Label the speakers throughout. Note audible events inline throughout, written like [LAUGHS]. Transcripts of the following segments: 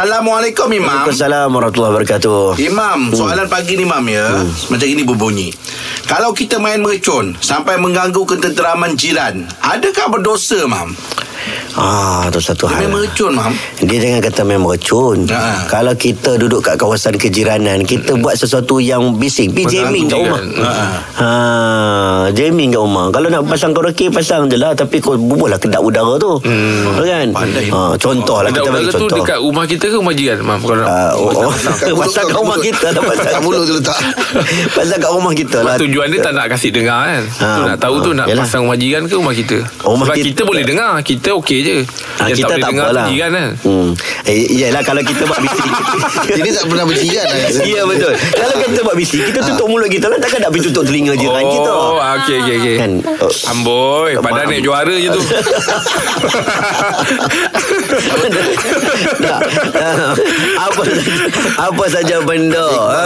Speaker 1: Assalamualaikum Imam
Speaker 2: Waalaikumsalam warahmatullahi wabarakatuh.
Speaker 1: Imam Soalan pagi ni Imam ya Macam ini berbunyi Kalau kita main mercun Sampai mengganggu ketenteraman jiran Adakah berdosa Mam?
Speaker 2: Ah, tu satu
Speaker 1: Main
Speaker 2: hal.
Speaker 1: mercun Mam
Speaker 2: Dia jangan kata main mercun.
Speaker 1: Ha.
Speaker 2: Kalau kita duduk kat kawasan kejiranan, kita buat sesuatu yang bising. Pergi jamming kat rumah.
Speaker 1: Ha.
Speaker 2: Ha, jamming kat rumah. Kalau nak pasang karaoke, pasang je lah. Tapi kau bubuhlah kedap udara tu. Hmm. Kan?
Speaker 1: Pandai.
Speaker 2: Ha, contoh lah. Kita bagi
Speaker 3: Budak-budak tu
Speaker 2: contoh.
Speaker 3: dekat rumah kita ke rumah jiran mam kalau nak.
Speaker 2: Ah, oh, [LAUGHS] oh,
Speaker 4: Kat mulut,
Speaker 2: pasang
Speaker 4: kat
Speaker 2: kat rumah
Speaker 4: mulut.
Speaker 2: kita dah pasang
Speaker 4: Kat mulut tu letak.
Speaker 2: [LAUGHS] pasang kat rumah kita lah
Speaker 3: Tujuan dia tak nak kasih dengar kan
Speaker 2: Ha,
Speaker 3: Tu nak tahu tu
Speaker 2: ha,
Speaker 3: nak
Speaker 2: yalah.
Speaker 3: pasang rumah jiran ke rumah kita
Speaker 2: Rumah
Speaker 3: Sebab
Speaker 2: kita-
Speaker 3: kita, boleh dengar Kita okey je
Speaker 2: ha,
Speaker 3: Yang
Speaker 2: kita
Speaker 3: boleh
Speaker 2: tak
Speaker 3: dengar tu
Speaker 2: apalah
Speaker 3: jiran kan
Speaker 2: hmm. eh, yelah kalau kita buat bising
Speaker 4: Ini tak pernah berjiran lah.
Speaker 2: Ya betul Kalau kita buat bising Kita tutup mulut kita lah Takkan nak pergi tutup telinga jiran kita
Speaker 3: Ah. Oh okey okey okey [LAUGHS]
Speaker 2: Kan oh,
Speaker 3: Amboi Padahal
Speaker 2: Faham.
Speaker 3: naik juara je tu
Speaker 2: tak. Ah, apa apa saja benda ha?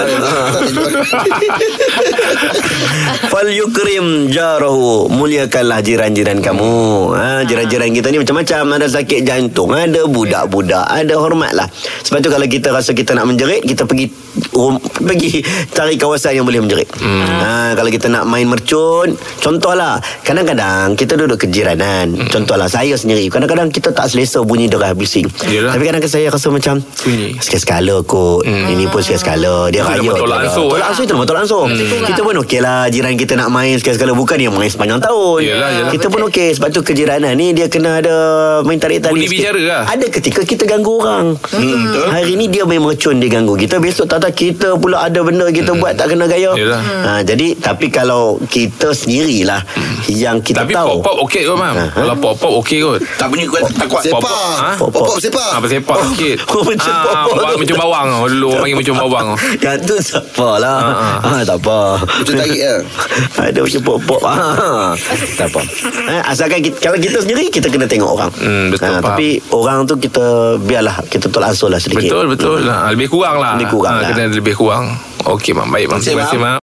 Speaker 2: fal yukrim jarahu muliakanlah jiran-jiran kamu ha, jiran-jiran kita ni macam-macam ada sakit jantung ada budak-budak ada hormatlah sebab tu kalau kita rasa kita nak menjerit kita pergi rum, pergi cari kawasan yang boleh menjerit hmm. ha, kalau kita nak main mercun contohlah kadang-kadang kita duduk kejiranan hmm. contohlah saya sendiri kadang-kadang kita tak selesa bunyi derah bising
Speaker 3: Yelah.
Speaker 2: tapi kadang-kadang saya rasa macam
Speaker 3: Sunyi.
Speaker 2: sekali-sekala kot hmm. ini pun sekali-sekala dia
Speaker 3: Itu
Speaker 2: raya
Speaker 3: nama tolak
Speaker 2: je lah.
Speaker 3: ansur,
Speaker 2: tolak
Speaker 3: eh.
Speaker 2: ansur itu nama tolak ansur
Speaker 5: Itulah.
Speaker 2: kita pun okey lah jiran kita nak main sekali-sekala bukan yang main sepanjang tahun
Speaker 3: Yelah, yelah.
Speaker 2: kita pun okey sebab tu kejiranan ni dia kena ada main tarik tali
Speaker 3: Budi bicara lah.
Speaker 2: ada ketika kita ganggu orang
Speaker 3: Hmm,
Speaker 2: Hmm.
Speaker 1: betul.
Speaker 2: hari ni dia main mercun dia ganggu kita besok tak tahu kita pula ada benda kita buat tak kena gaya
Speaker 3: Hmm. Yelah.
Speaker 2: ha, jadi tapi kalau kita sendirilah yang [LAUGHS] kita
Speaker 3: Hmm. Tapi
Speaker 2: tahu [LAUGHS]
Speaker 3: pop-pop okey kot mam
Speaker 2: Ha, ha.
Speaker 3: Kalau pop-pop okey kot
Speaker 1: Tak bunyi kuat Tak kuat
Speaker 4: Sepak.
Speaker 3: Ha?
Speaker 4: Popok sepak.
Speaker 3: Apa sepak sikit
Speaker 2: oh, [LAUGHS] macam
Speaker 3: Ah,
Speaker 2: pop-pop
Speaker 3: bawang-
Speaker 2: tu.
Speaker 3: Macam bawang oh. Dulu orang panggil macam
Speaker 2: [LAUGHS]
Speaker 3: bawang oh.
Speaker 2: Yang Ya, tu tak apa lah
Speaker 3: Ha, ya.
Speaker 2: ha, Tak apa
Speaker 4: Macam tarik lah.
Speaker 2: [LAUGHS] Ada macam pop-pop ha, Tak apa ha, Asalkan kita, Kalau kita sendiri Kita kena tengok orang Ha,
Speaker 3: Hmm, betul, faham.
Speaker 2: Tapi orang tu kita Biarlah Kita tolak ansur lah sedikit
Speaker 3: Betul betul lah Lebih kurang lah
Speaker 2: Lebih kurang
Speaker 3: Ah,
Speaker 2: lah.
Speaker 3: Kena lebih kurang Okey mak Baik mak Terima kasih mak